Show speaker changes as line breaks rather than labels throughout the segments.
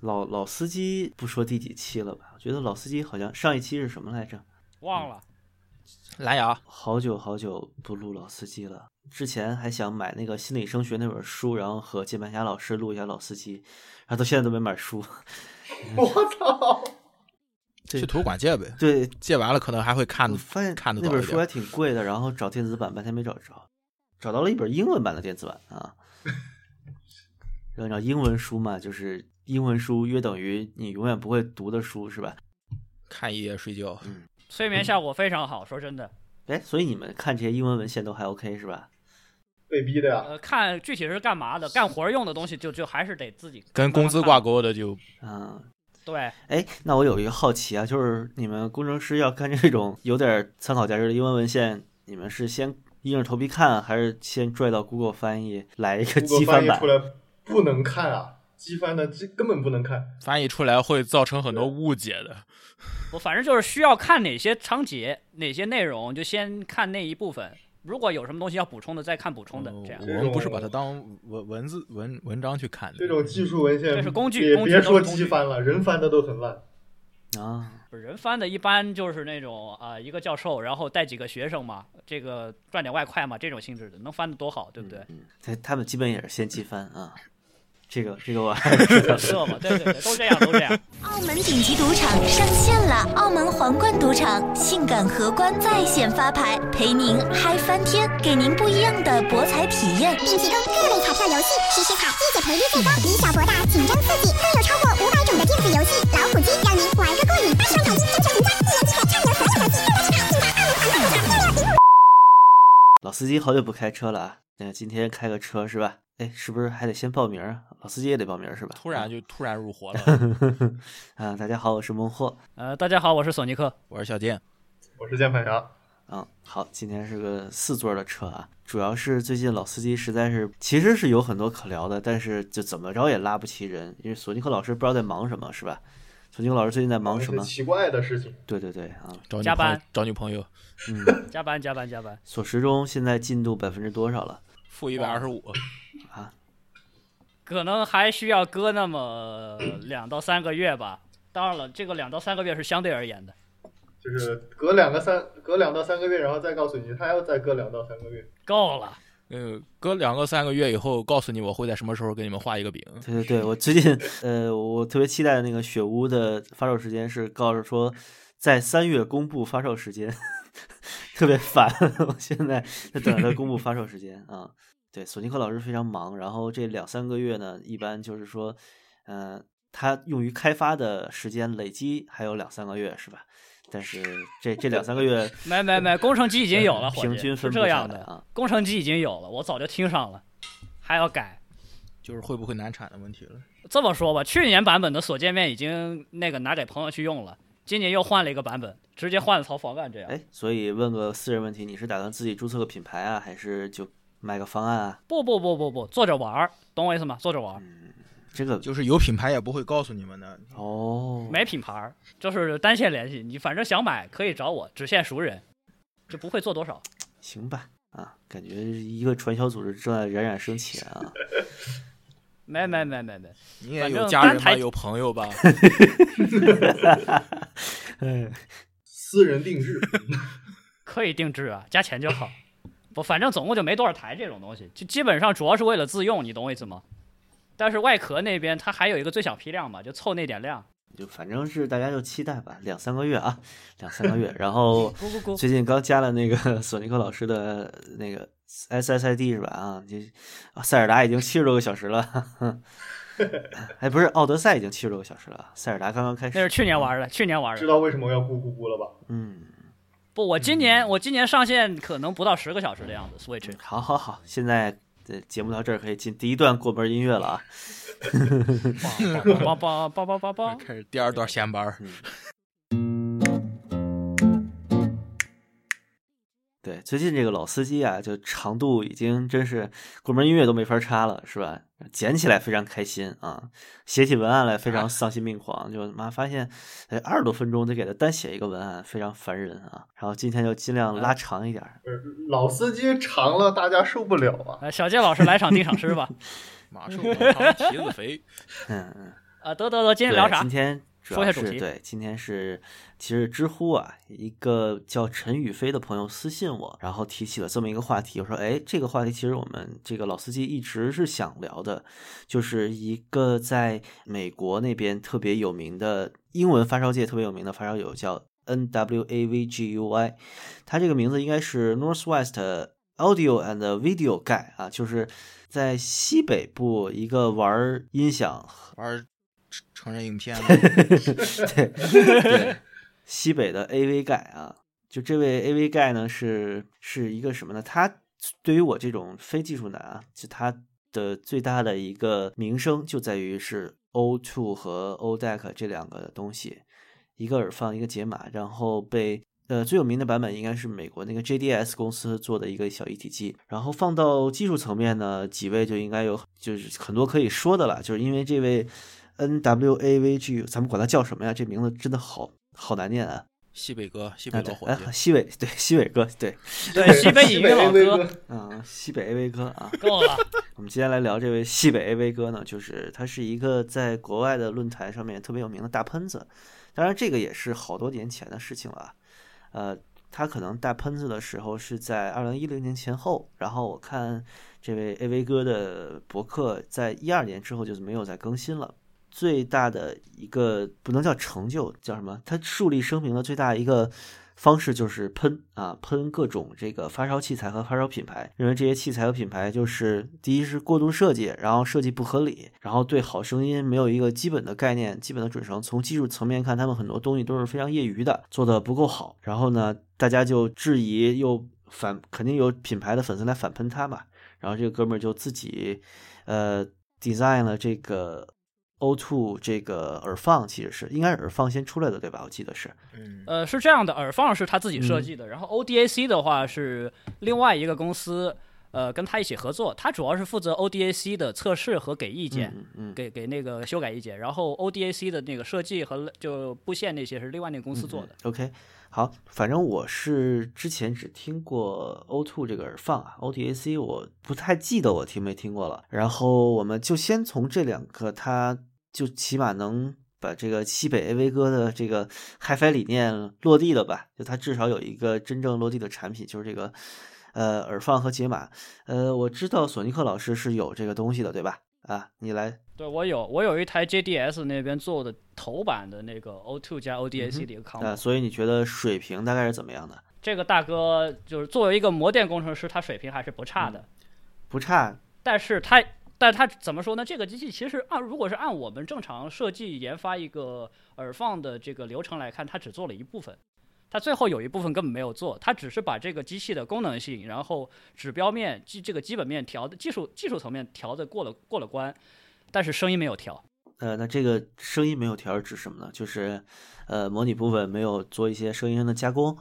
老老司机不说第几期了吧？我觉得老司机好像上一期是什么来着？
忘了，
蓝牙
好久好久不录老司机了。之前还想买那个心理升学那本书，然后和键盘侠老师录一下老司机，然后到现在都没买书。
我操！
对
去图书馆借呗，
对，
借完了可能还会看
我发现
看得
那
早
本
一
书
点
还挺贵的，然后找电子版半天没找着，找到了一本英文版的电子版啊。 然后你知道英文书嘛，就是英文书约等于你永远不会读的书，是吧？
看一夜睡觉。
催眠效果非常好，说真的。
哎，所以你们看这些英文文献都还 OK 是吧？
被逼的呀，
呃，看具体是干嘛的，干活儿用的东西就就还是得自己
跟工资
慢慢
挂钩的就
嗯，
看。对，
哎，那我有一个好奇啊，就是你们工程师要看这种有点参考价值的英文文献，你们是先硬着头皮看，还是先拽到 Google 翻译来一个
谷
机
歌翻
翻
译
版
出？来不能看啊，机翻的这根本不能看。
翻译出来会造成很多误解的。
我反正就是需要看哪些章节、哪些内容，就先看那一部分。如果有什么东西要补充的，再看补充的。这样
我们不是把它当文文字文文章去看的。
嗯这种技术文献，
这是工具
别
工具
别
都是
说
工具
机翻了，人翻的都很烂。
啊，
人翻的一般就是那种啊、呃一个教授，然后带几个学生嘛，这个赚点外快嘛，这种性质的，能翻得多好，对不对？
他他们基本也是先机翻啊。这个这个我还 是
本色嘛，对对对，都这样，都这样。
澳门顶级赌场上线了！澳门皇冠赌场性感荷官在线发牌，陪您嗨翻天，给您不一样的博彩体验。
并提供各类彩票游戏，实时彩，一解赔率最高，以小博大，竞争刺激，更有超过五百种的电子游戏，老虎机让您玩个过瘾。八十万凯币真诚赢家，一人之内畅游所有游戏，更大市场，尽在澳门皇冠赌场，六六零五。
老司机好久不开车了啊，那今天开个车是吧？哎，是不是还得先报名啊？老司机也得报名是吧？
突然就突然入伙 了。
啊，大家好，我是孟获
呃，大家好，我是索尼克。
我是小健，
我是键盘侠，
啊。好，今天是个四座的车啊，主要是最近老司机实在是其实是有很多可聊的，但是就怎么着也拉不齐人，因为索尼克老师不知道在忙什么是吧？索尼克老师最近在忙
那
什
是
么？
奇怪的事情。
对对对啊，
找女
加
朋
班
友找女朋友，
嗯，
加班，加班，加班。
索十中现在进度百分之多少了？
负一百二十五，
可能还需要搁 那么两到三个月吧。当然了，这个两到三个月是相对而言的。
就是隔两个三隔两到三个月，然后再告诉你，他要再隔两到三个月，
够了，
嗯，隔两个三个月以后告诉你我会在什么时候给你们画一个饼。
对对对，我最近呃，我特别期待那个雪屋的发售时间是告诉说在三月公布发售时间， 特别烦。我现在在等着它公布发售时间啊。对，索尼克老师非常忙，然后这两三个月呢，一般就是说，呃，他用于开发的时间累积还有两三个月是吧？但是这这两三个月呃
没没没，工程机已经有了，伙计
平均分
是
布下
这样
来
的，
啊，
工程机已经有了，我早就听上了，还要改。
就是会不会难产的问题了。
这么说吧，去年版本的锁界面已经那个拿给朋友去用了，今年又换了一个版本，直接换了套方案这样。
哎，所以问个私人问题，你是打算自己注册个品牌啊，还是就卖个方案啊？
不不不不不，坐着玩儿，懂我意思吗？坐着
嗯
玩儿，
这个
就是有品牌也不会告诉你们的。
哦，
没品牌儿，就是单线联系，你反正想买可以找我，只限熟人，就不会做多少。
行吧，啊，感觉一个传销组织正在冉冉升起 啊，
没没没没没，
你也
反
有
正
家人
单
吧，
台
有朋 友吧，
嗯，
私人定 制。
可以定制啊，加钱就好。不，反正总共就没多少台这种东西，就基本上主要是为了自用，你懂我意思吗？但是外壳那边它还有一个最小批量嘛，就凑那点量。
就反正是大家就期待吧，两三个月啊，两三个月，然 后
咕咕咕
最近刚加了那个 索尼克老师的那个 SSID 是吧？啊，这啊塞尔达已经七十多个小时了，哈 哈哎，不是，奥德赛已经七十多个小时了，塞尔达刚刚开
那是
始，
去年玩的，去年玩
知
的。
道为什么我要咕咕咕了吧？
嗯，
不，我今年我今年上线可能不到十个小时的样子，Switch。
好好好，现在这节目到这儿可以进第一段过门音乐了啊，
梆梆梆梆梆 梆梆。
开始第二段闲班儿。
对，最近这个老司机啊，就长度已经真是过门音乐都没法插了，是吧？捡起来非常开心啊，写起文案来非常丧心病狂，就妈发现，哎，二十多分钟得给他单写一个文案，非常烦人啊。然后今天就尽量拉长一点儿，
不是老司机长了，大家受不了啊！
呃，小杰老师来场定场诗吧。
马瘦长蹄子肥，
嗯嗯，
啊，得得得，今天聊
对
啥
今？天主
说一
要
下主
是
题
对，今天是其实知乎啊，一个叫陈宇飞的朋友私信我，然后提起了这么一个话题，我说哎，这个话题其实我们这个老司机一直是想聊的，就是一个在美国那边特别有名的英文发烧界特别有名的发烧友叫 N W A V G U I，它这个名字应该是 Northwest Audio and Video Guy 啊，就是在西北部一个玩儿音响
玩成成人影片了，
对对，西北的 AV 盖啊，就这位 AV 盖呢是是一个什么呢？他对于我这种非技术男啊，就他的最大的一个名声就在于是 O2 和 ODEC 这两个东西，一个耳放一个解码，然后被。呃，最有名的版本应该是美国那个 JDS 公司做的一个小一体机，然后放到技术层面呢，几位就应该有就是很多可以说的了，就是因为这位 N W A V G，咱们管它叫什么呀？这名字真的好好难念啊！
西北哥，西
啊
北
对
老伙计
哎，西北对西北哥对，
对，西北
西
隐喻老
AV
哥，
嗯，西北 A V 哥啊，
够了。
我们接下来聊这位西北 AV 哥呢，就是他是一个在国外的论坛上面特别有名的大喷子，当然这个也是好多年前的事情了啊。呃，他可能大喷子的时候是在二零一零年前后，然后我看这位 AV 哥的博客在一二年之后就是没有再更新了。最大的一个不能叫成就，叫什么？他树立声明的最大一个方式就是喷啊，喷各种这个发烧器材和发烧品牌，认为这些器材和品牌就是第一是过度设计，然后设计不合理，然后对好声音没有一个基本的概念、基本的准绳。从技术层面看，他们很多东西都是非常业余的，做的不够好。然后呢，大家就质疑又反，肯定有品牌的粉丝来反喷他嘛。然后这个哥们儿就自己呃 design 了这个 O2 这个耳放，其实是应该是耳放先出来的对吧？我记得是。
嗯，
呃，是这样的，耳放是他自己
嗯
设计的，然后 ODAC 的话是另外一个公司，呃，跟他一起合作，他主要是负责 ODAC 的测试和给意见，
嗯嗯，
给给那个修改意见，然后 ODAC 的那个设计和就布线那些是另外那个公司做的。
嗯 OK，好，反正我是之前只听过 O2 这个耳放啊，OTAC 我不太记得我听没听过了。然后我们就先从这两个，它就起码能把这个西北 AV 哥的这个 HiFi 理念落地了吧？就它至少有一个真正落地的产品，就是这个呃耳放和解码。呃，我知道索尼克老师是有这个东西的，对吧？啊，你来，
对我有我有一台 JDS 那边做的头版的那个 O2 加 ODAC 的一个 combo，、
呃，所以你觉得水平大概是怎么样的？
这个大哥就是作为一个模电工程师，他水平还是不差的，
不差，
但是他，但他怎么说呢？这个机器其实按如果是按我们正常设计研发一个耳放的这个流程来看，他只做了一部分，他最后有一部分根本没有做，他只是把这个机器的功能性，然后指标面基这个基本面调的技术技术层面调的过了过了关，但是声音没有调。
呃，那这个声音没有调是指什么呢？就是，呃，模拟部分没有做一些声音上的加工。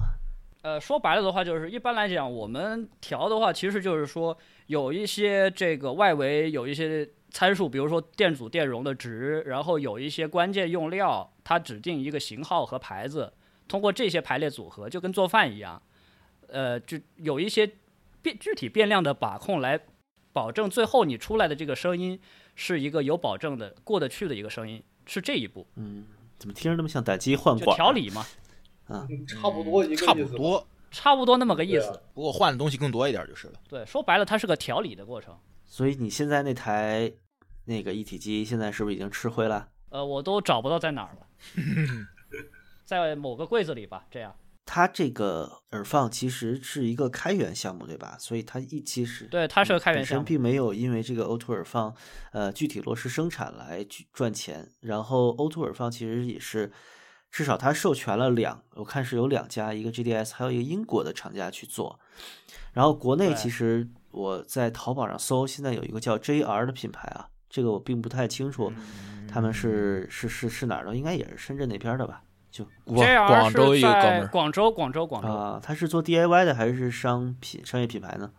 呃，说白了的话，就是一般来讲，我们调的话，其实就是说有一些这个外围有一些参数，比如说电阻、电容的值，然后有一些关键用料，它指定一个型号和牌子，通过这些排列组合，就跟做饭一样，呃，就有一些变具体变量的把控来保证最后你出来的这个声音是一个有保证的、过得去的一个声音，是这一步，
嗯，怎么听着那么像打击换
就
管？
调。理嘛，
嗯差不多一个
差不
意思吧。
多，
差不多那么个意
对啊
思。
不过换的东西更多一点就是了。
对，说白了，它是个调理的过程。
所以你现在那台那个一体机现在是不是已经吃灰了？
呃，我都找不到在哪儿了，在某个柜子里吧。这样，
它这个耳放其实是一个开源项目，对吧？所以它一其实
对，它是个开源
本身
项目。
并没有因为这个 O2 耳放，呃，具体落实生产来去赚钱。然后 O2 耳放其实也是，至少它授权了两，我看是有两家，一个 GDS，还有一个英国的厂家去做。然后国内
对
其实我在淘宝上搜，现在有一个叫 JR 的品牌啊，这个我并不太清
嗯
楚，他们是是是是哪儿的，应该也是深圳那边儿的吧？就
广
JR
广州一个
是
哥
在
们儿，
广州，广
啊
州，广州，
啊，他是做 DIY 的还是商品商业品牌呢？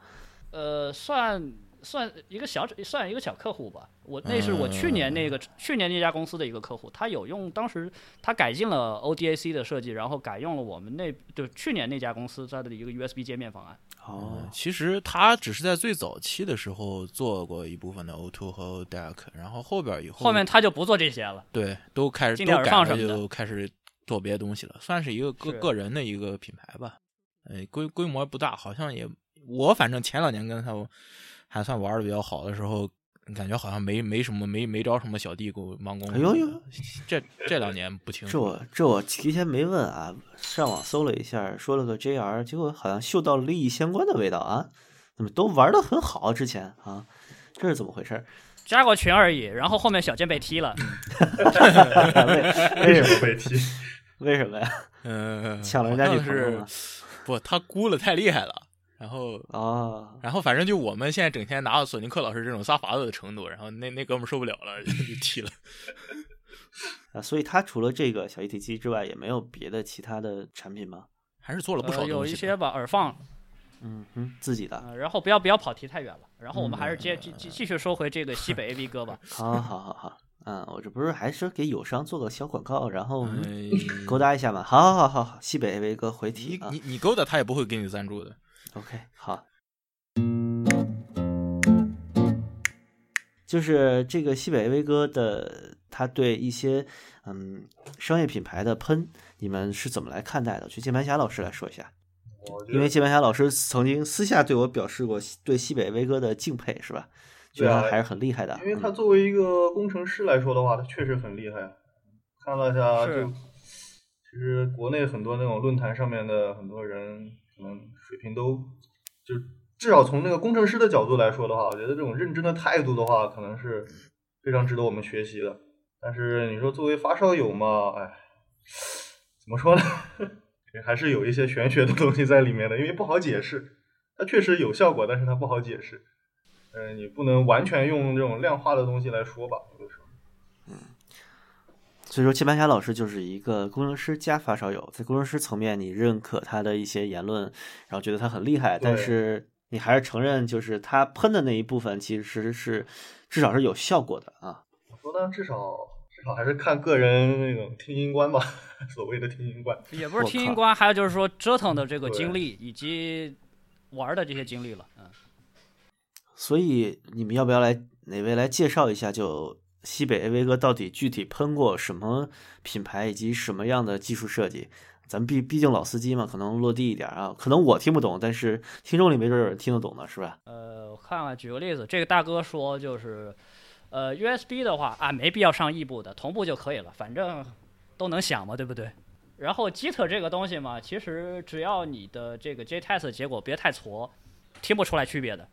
呃，算算一个小算一个小客户吧。我那是我
嗯
去年那个、去年那家公司的一个客户，他有用当时他改进了 ODAC 的设计，然后改用了我们那就去年那家公司它的一个 USB 界面方案。
嗯
哦，
其实他只是在最早期的时候做过一部分的 O2 和 ODEC，然后后边以后
后面他就不做这些了。
对都开始
进
都
点儿
改
放
了，
什么的
就开始做别的东西了，算是一个个
是
个人的一个品牌吧。呃，规规模不大，好像也我反正前两年跟他还算玩的比较好的时候，感觉好像没没什么没没招什么小弟给我帮工。
哎呦呦，
这这两年不清
嗯这
楚。
我这我提前没问啊，上网搜了一下，说了个 JR，结果好像嗅到了利益相关的味道啊，怎么都玩的很好之前啊，这是怎么回事儿？
加过群而已，然后后面小健被踢了，
嗯
为
为
为
什
什么
么被踢？
为什么呀？
嗯，
抢了人家
好像
女朋友
是
吗
不，他估了太厉害了，然后
哦，
然后反正就我们现在整天拿到索尼克老师这种撒法子的程度，然后那那哥们儿受不了了，就踢了。
啊，所以他除了这个小一体机之外，也没有别的其他的产品吗？
还是做了不
呃
少东西的、
有一些吧耳放，
嗯哼，自己的。
呃然后不要不要跑题太远了，然后我
嗯
们还是接继继继续说回这个西北 AV 哥 吧。
好好好好，嗯，我这不是还说给友商做个小广告，然后我们
嗯
勾搭一下嘛？好好好好好，西北威哥回
你
题啊
你你勾搭他也不会给你赞助的。
，OK，好。就是这个西北威哥的，他对一些嗯商业品牌的喷，你们是怎么来看待的？去键盘侠老师来说一下，
我觉
因为
得
键盘侠老师曾经私下对我表示过对西北威哥的敬佩，是吧？觉
对
得
啊
他还是很厉害的。
因为他
嗯
作为一个工程师来说的话，他确实很厉害。啊看了一下，
是
就其实国内很多那种论坛上面的很多人，可能水平都就至少从那个工程师的角度来说的话，我觉得这种认真的态度的话，可能是非常值得我们学习的。但是你说作为发烧友嘛，哎，怎么说呢？ 还是有一些玄学的东西在里面的，因为不好解释。它确实有效果，但是它不好解释。嗯、你不能完全用这种量化的东西来说吧，有的时候。
所以说，键盘侠老师就是一个工程师加发烧友，在工程师层面，你认可他的一些言论，然后觉得他很厉害，
对
但是你还是承认，就是他喷的那一部分其实是至少是有效果的啊。
我说呢，至少至少还是看个人那种听音观吧， 所谓的听音观。
也不是
我
听
靠
音官，还有就是说折腾的这个
对
经历以及玩的这些经历了。嗯，
所以你们要不要来哪位来介绍一下，就西北 AV 哥到底具体喷过什么品牌以及什么样的技术设计？咱们毕毕竟老司机嘛，可能落地一点啊，可能我听不懂，但是听众里没准有人听得懂呢，是吧？
呃，我看看，举个例子，这个大哥说就是，呃，USB 的话啊，没必要上异步的，同步就可以了，反正都能响嘛，对不对？然后 Git 这个东西嘛，其实只要你的这个 JTest 结果别太挫，听不出来区别的。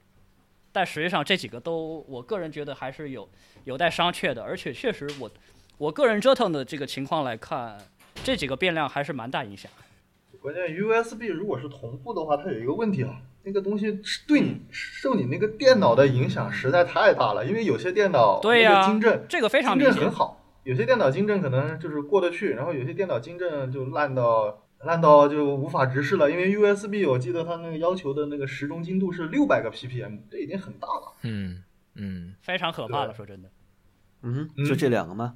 但实际上这几个都，我个人觉得还是有有待商榷的，而且确实我我个人折腾的这个情况来看，这几个变量还是蛮大影响。
关键 USB 如果是同步的话，它有一个问题啊，那个东西是对
嗯
你受你那个电脑的影响实在太大了，因为有些电脑
对
那
呀、
个晶振
这个非常
晶
明
振
显
很。好，有些电脑晶振可能就是过得去，然后有些电脑晶振就烂到烂到就无法直视了，因为 USB 我记得它那个要求的那个时钟精度是六百个 ppm，这已经很大了。
嗯嗯，
非常可怕了，
对
说真的。
嗯哼，
嗯
就这两个吗？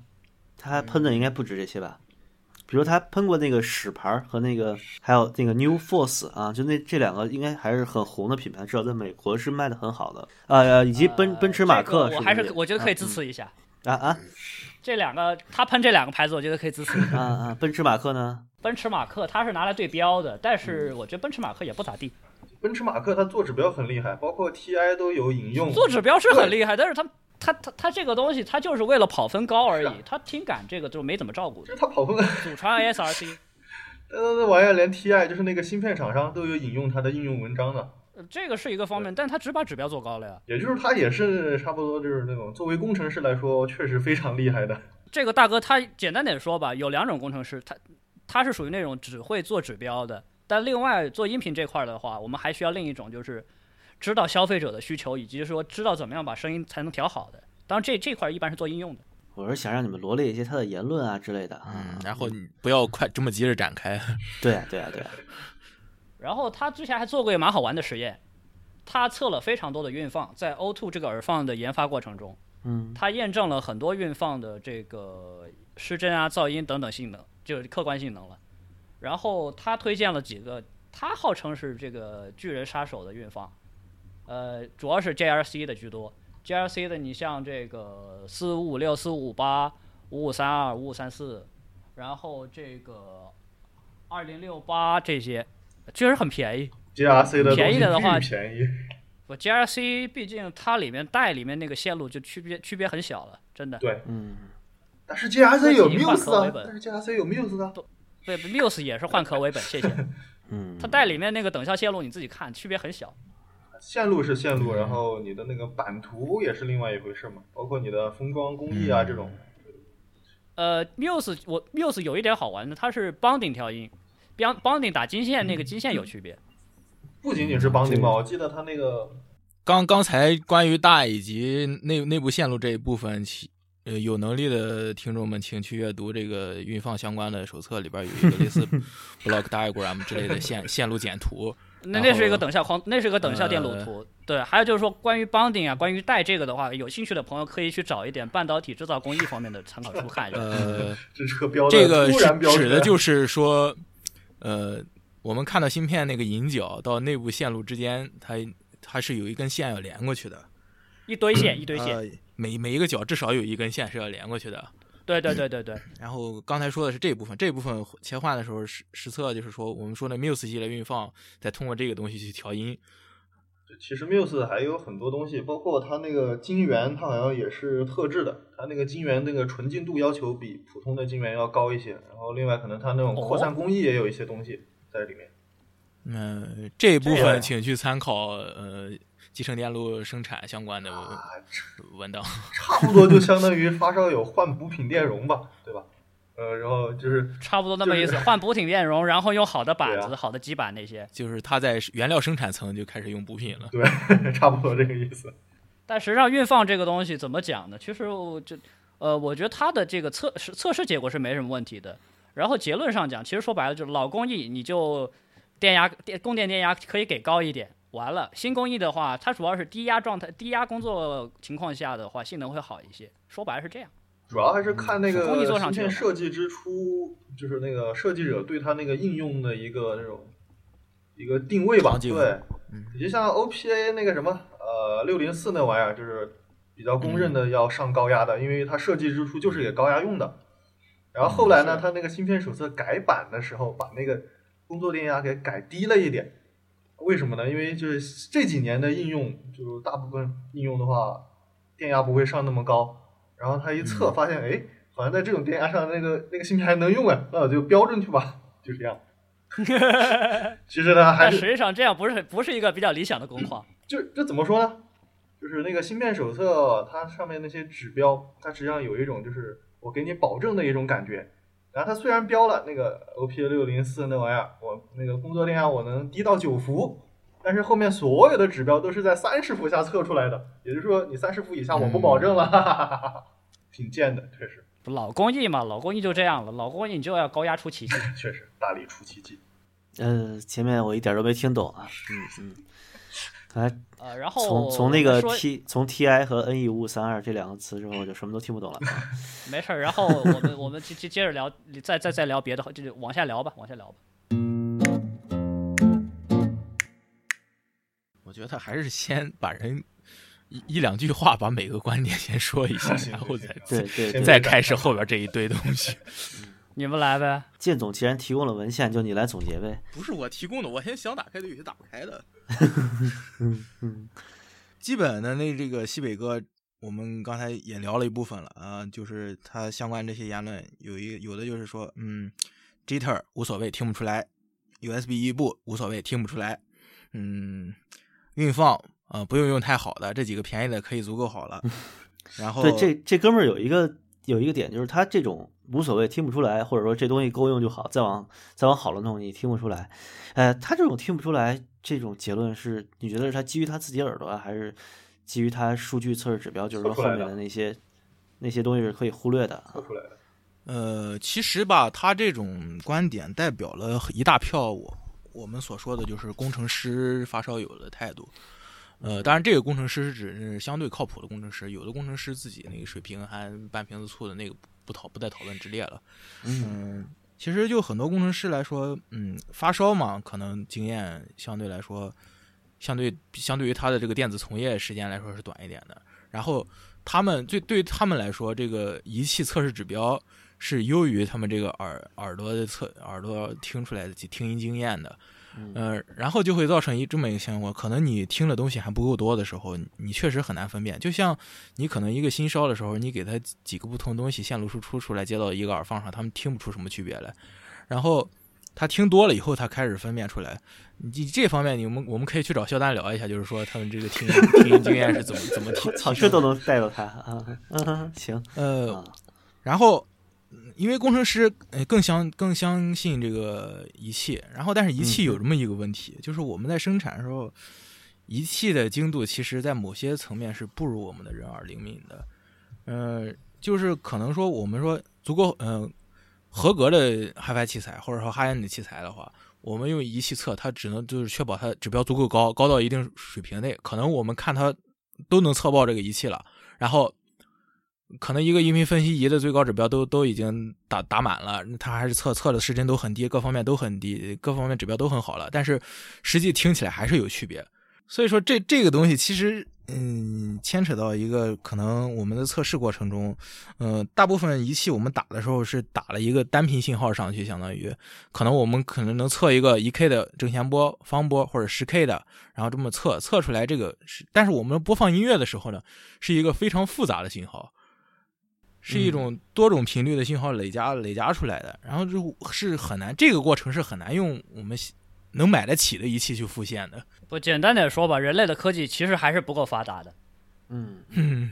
他喷
嗯
的应该不止这些吧？比如他喷过那个屎牌儿和那个，还有那个 New Force 啊，就那这两个应该还是很红的品牌，至少在美国是卖的很好的。呃，以及奔、
呃
奔驰马克不是，
这个我还是我觉得可以支
自
持一下、
啊啊
这两个，他喷这两个牌子，我觉得可以支持一下。
啊啊！奔驰马克呢？
奔驰马克它是拿来对标的，但是我觉得奔驰马克也不咋地，
奔驰马克它做指标很厉害，包括 TI 都有引用。
做指标是很厉害，但是它它它它这个东西，它就是为了跑分高而已，它听感这个就没怎么照顾的。
就 是它跑分，
祖传 ASRC
它那玩意儿连 TI 就是那个芯片厂商都有引用它的应用文章呢。
呃这个是一个方面，但它只把指标做高了呀。
也就是它也是差不多就是那种作为工程师来说确实非常厉害的。
这个大哥他简单点说吧，有两种工程师，他他是属于那种只会做指标的，但另外做音频这块儿的话，我们还需要另一种，就是知道消费者的需求，以及说知道怎么样把声音才能调好的。当然这这块儿一般是做应用的。
我是想让你们罗列一些他的言论啊之类的啊
嗯。然后你不要快这么急着展开。
对啊对啊对啊，
然后他之前还做过一个蛮好玩的实验，他测了非常多的运放，在 O2 这个耳放的研发过程中，
嗯
它验证了很多运放的这个失真啊、噪音等等性能，就是客观性能了。然后他推荐了几个，他号称是这个巨人杀手的运放，呃，主要是 JRC 的居多。JRC 的你像这个四五五六、四五五八、五五三二、五五三四，然后这个二零六八这些，确实很便宜。
GRC 的
便宜的的话
东西巨便宜，
我 GRC 毕竟它里面带里面那个线路就区别区别很小了，真的。
对，
嗯，
但是 GRC 有
自己换
Muse
壳为
啊，
本
但是 GRC 有 Muse 啊，
对，Muse 也是换壳为本，谢 谢。
嗯，
它带里面那个等效线路你自己看，区别很小。
线路是线路，
嗯
然后你的那个版图也是另外一回事嘛，包括你的封装工艺啊
嗯
这种，
呃，Muse 我 Muse 有一点好玩的，它是 bonding 调音，bond bonding 打金线那个金线有区别。
不仅仅是绑定吧，
这
我记得它那个
刚刚才关于大以及内内部线路这一部分，其呃，有能力的听众们请去阅读这个运放相关的手册，里边有一个类似 block diagram 之类的线线路简图。
那
然
那是一个
后
等效框，那是一个等效电
嗯
路图。对，还有就是说关于 bonding 啊，关于带这个的话，有兴趣的朋友可以去找一点半导体制造工艺方面的参考书看一
嗯
下。
呃，
这车标的
这个
突然标
是指的
全
就是说，呃，我们看到芯片那个引脚到内部线路之间，它它是有一根线要连过去的。
一堆线，一堆线。
嗯
呃，每每一个角至少有一根线是要连过去的。
对对对对 对，
然后刚才说的是这一部分，这一部分切换的时候实实测就是说，我们说的 Muse 系列运放，再通过这个东西去调音。
其实 Muse 还有很多东西，包括它那个晶圆，它好像也是特制的，它那个晶圆那个纯净度要求比普通的晶圆要高一些。然后另外可能它那种扩散工艺也有一些东西在里面。
嗯、这一部
这样
分请去参考呃集成电路生产相关的文
啊
文档。
差不多就相当于发烧友换补品电容吧，对吧？呃，然后就是
差不多那么意思。
就是
换补品电容，然后用好的板
对
子、
啊
好的基板那些。
就是它在原料生产层就开始用补品了。
对，差不多这个意思。
但实际上，运放这个东西怎么讲呢？其实我就，呃，我觉得它的这个测试测试结果是没什么问题的。然后结论上讲，其实说白了就是老工艺，你就电压、电供电电压可以给高一点。完了，新工艺的话，它主要是低压状态、低压工作情况下的话，性能会好一些。说白了是这样。
主要还是看那
嗯工艺
个
做
芯
上去了
片设计之初，就是那个设计者对它那个应用的一个那种一个定位吧。
场景
对
嗯，
你就像 OPA 那个什么呃六零四那玩意儿，就是比较公认的要上高压的，因为它设计之初就是给高压用的。然后后来呢，它那个芯片手册改版的时候，把那个工作电压给改低了一点。为什么呢？因为就是这几年的应用，就是大部分应用的话，电压不会上那么高。然后他一测发现，哎、好像在这种电压上，那个那个芯片还能用啊，那我就标准去吧，就这样。其实呢，还
但
是
实际上这样不是不是一个比较理想的工况。
就这怎么说呢？就是那个芯片手册，它上面那些指标，它实际上有一种就是我给你保证的一种感觉。然后它虽然标了那个 OP 六零四那玩意儿，我那个工作电压我能低到九伏，但是后面所有的指标都是在三十伏下测出来的，也就是说你三十伏以下我不保证了，哈哈哈哈哈，挺贱的，确实
老工艺嘛，老工艺就这样了。老工艺你就要高压出奇迹。
确实大力出奇迹。，
呃，前面我一点儿都没听懂啊，嗯嗯，刚才
呃，然后
从从那个
说
T 从 TI 和 NE 五五三二这两个词之后，我就什么都听不懂了。
没事儿，然后我们我们接接接着聊，再再再聊别的，就是往下聊吧，往下聊吧。
我觉得他还是先把人一一两句话把每个观点先 说一下
行
然后再
对对
先
对，
再开始后边这一堆东西。
你们来呗，
建总既然提供了文献，就你来总结呗。
不是我提供的，我先想打开的有些打不开的。
嗯嗯
基本的那这个西北哥，我们刚才也聊了一部分了啊，就是他相关这些言论，有一有的就是说，嗯，Jitter 无所谓，听不出来；USB 异步无所谓，听不出来；嗯，运放啊、呃不用用太好的，这几个便宜的可以足 够好了。然后
对，这这哥们儿有一个有一个点，就是他这种无所谓听不出来，或者说这东西够用就好，再往再往好了弄，你听不出来。呃，他这种听不出来这种结论是，你觉得是他基于他自己耳朵啊，还是基于他数据测试指标，就是说
测
后
出来
面
的
的那些那些东西是可以忽略的 啊？
嗯
测出来的，
呃，其实吧，他这种观点代表了一大票我我们所说的就是工程师发烧友的态度。呃，当然，这个工程师是指是相对靠谱的工程师，有的工程师自己那个水平还半瓶子醋的那个不不讨不在讨论之列了。嗯，其实就很多工程师来说，嗯，发烧嘛，可能经验相对来说，相对相对于他的这个电子从业时间来说是短一点的。然后他们对对于他们来说，这个仪器测试指标是优于他们这个耳耳朵的测耳朵听出来的听音经验的。呃，然后就会造成一这么一个效果，可能你听的东西还不够多的时候，你你确实很难分辨。就像你可能一个新烧的时候，你给它几几个不同东西线路输出出来接到一个耳放上，他们听不出什么区别来。然后他听多了以后，他开始分辨出来。你这方面，你们我们可以去找肖丹聊一下，就是说他们这个听听音经验是怎么怎么提
操，
提
这
升
都
的
能带到他啊，嗯，行
呃
啊，，
然后嗯因为工程师呃更相更相信这个仪器，然后但是仪器有这么一个问题，就是我们在生产的时候，仪器的精度其实在某些层面是不如我们的人耳灵敏的，呃，就是可能说我们说足够呃合格的 HiFi 器材或者说 Hi-End 的器材的话。我们用仪器测，它只能就是确保它指标足够高，高到一定水平内，可能我们看它都能测爆这个仪器了，然后可能一个音频分析仪的最高指标都都已经打打满了，它还是测测的失真都很低，各方面都很低，各方面指标都很好了，但是实际听起来还是有区别。所以说这这个东西其实，嗯，牵扯到一个可能我们的测试过程中，嗯、大部分仪器我们打的时候是打了一个单频信号上去，相当于可能我们可能能测一个一 K 的正弦波、方波或者十 K 的，然后这么测测出来这个是，但是我们播放音乐的时候呢，是一个非常复杂的信号。是一种多种频率的信号累加累加出来的，然后就是很难，这个过程是很难用我们能买得起的仪器去复现的。
不简单点说吧，人类的科技其实还是不够发达的。
嗯，
嗯，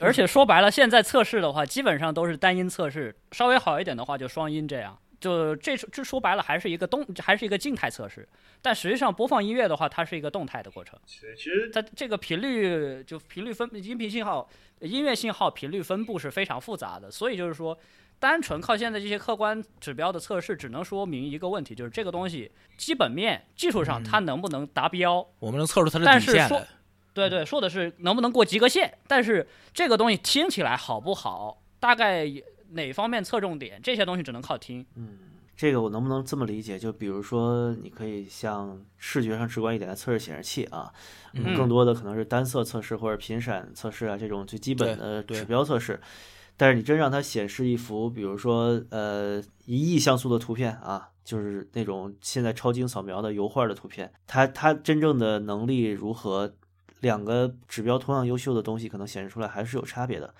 而且说白了，现在测试的话，基本上都是单音测试，稍微好一点的话就双音这样。就这这说白了，还是一个动，还是一个静态测试。但实际上播放音乐的话，它是一个动态的过程。
其实其实
它这个频率就频率分音频信号、音乐信号频率分布是非常复杂的，所以就是说，单纯靠现在这些客观指标的测试，只能说明一个问题，就是这个东西基本面技术上
嗯
它能不能达标。
我们能测出它的
但
底
是
线
说
来。
对
嗯
对，说的是能不能过及格线，但是这个东西听起来好不好，大概哪方面侧重点，这些东西只能靠听。
这个我能不能这么理解？就比如说，你可以像视觉上直观一点的测试显示器啊，
嗯
更多的可能是单色测试或者频闪测试啊这种最基本
对
的
对
指标测试。但是你真让它显示一幅，比如说呃一亿像素的图片啊，就是那种现在超精扫描的油画的图片，它它真正的能力如何？两个指标同样优秀的东西，可能显示出来还是有差别的。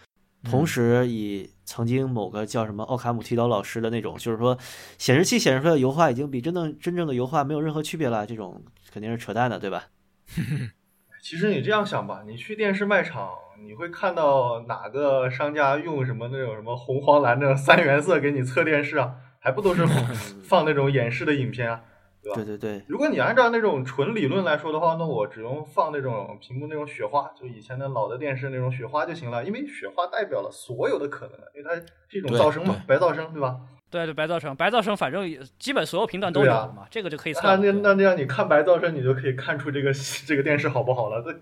嗯
同时，以曾经某个叫什么奥卡姆剃刀老师的那种，就是说显示器显示出来的油画已经比真正真正的油画没有任何区别了，这种肯定是扯淡的，对吧？
其实你这样想吧，你去电视卖场，你会看到哪个商家用什么那种什么红黄蓝这三原色给你测电视啊？还不 都是放那种演示的影片啊？对吧
对对对，
如果你按照那种纯理论来说的话，那我只用放那种屏幕那种雪花，就以前的老的电视那种雪花就行了，因为雪花代表了所有的可能，因为它是一种
对
噪声嘛，
对
白噪声，对吧？
对对，白噪声，白噪声，反正也基本所有频段都有
对啊
嘛，这个就可以测了。
那那那那样，你看白噪声，你就可以看出这个这个电视好不好了，这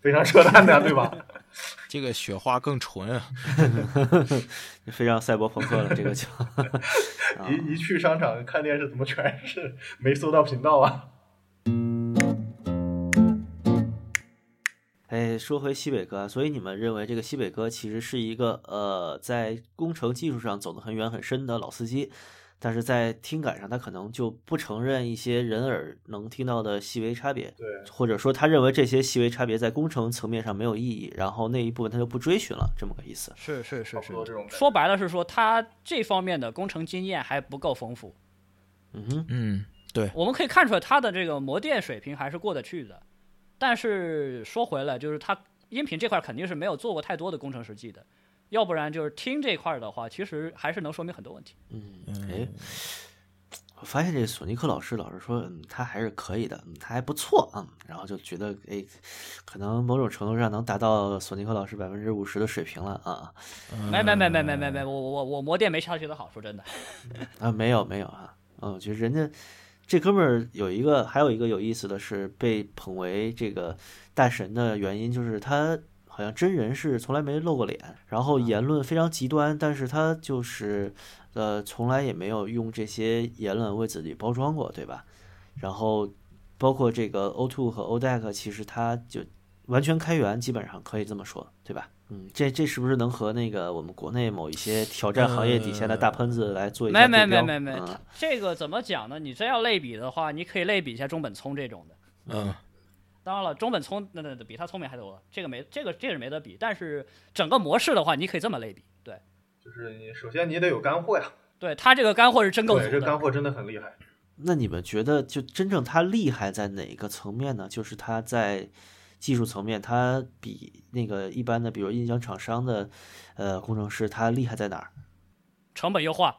非常扯淡的呀，对吧？
这个雪花更纯啊，
非常赛博朋克了，这个就 啊
一一去商场看电视，怎么全是没搜到频道啊？
哎，说回西北哥，所以你们认为这个西北哥其实是一个呃，在工程技术上走得很远很深的老司机，但是在听感上他可能就不承认一些人耳能听到的细微差别，
对，
或者说他认为这些细微差别在工程层面上没有意义，然后那一部分他就不追寻了，这么个意思。
是是是
差不多这种感觉。
说白了是说他这方面的工程经验还不够丰富。
嗯哼，
嗯，
我们可以看出来他的这个模电水平还是过得去的，但是说回来，就是他音频这块肯定是没有做过太多的工程实际的，要不然就是听这块的话，其实还是能说明很多问题。
嗯，哎，我发现这索尼克老师老是说，嗯，他还是可以的，嗯，他还不错啊、嗯，然后就觉得，哎，可能某种程度上能达到索尼克老师百分之五十的水平了啊
没没没没没没没，我我我我模电没他学的好，说真的。
啊，没有没有啊，嗯，我觉得人家这哥们儿有一个，还有一个有意思的是，被捧为这个大神的原因，就是他好像真人是从来没露过脸，然后言论非常极端，但是他就是呃，从来也没有用这些言论为自己包装过，对吧？然后包括这个 O2 和 ODEC，其实他就完全开源，基本上可以这么说，对吧？嗯，这这是不是能和那个我们国内某一些挑战行业底下的大喷子来做一
没
下
没
对
没
标？
没没
嗯，
这个怎么讲呢？你真要类比的话，你可以类比一下中本聪这种的。
嗯，
当然了，中本聪那那那比他聪明还多，这个没这个这个是没得比。但是整个模式的话，你可以这么类比，对
就是你首先你得有干货呀，
对，他这个干货是真够
对，
足
这
的
干。货真的很厉害。
那你们觉得，就真正他厉害在哪一个层面呢？就是他在技术层面，他比那个一般的，比如音响厂商的，呃，工程师，他厉害在哪儿
成本优化，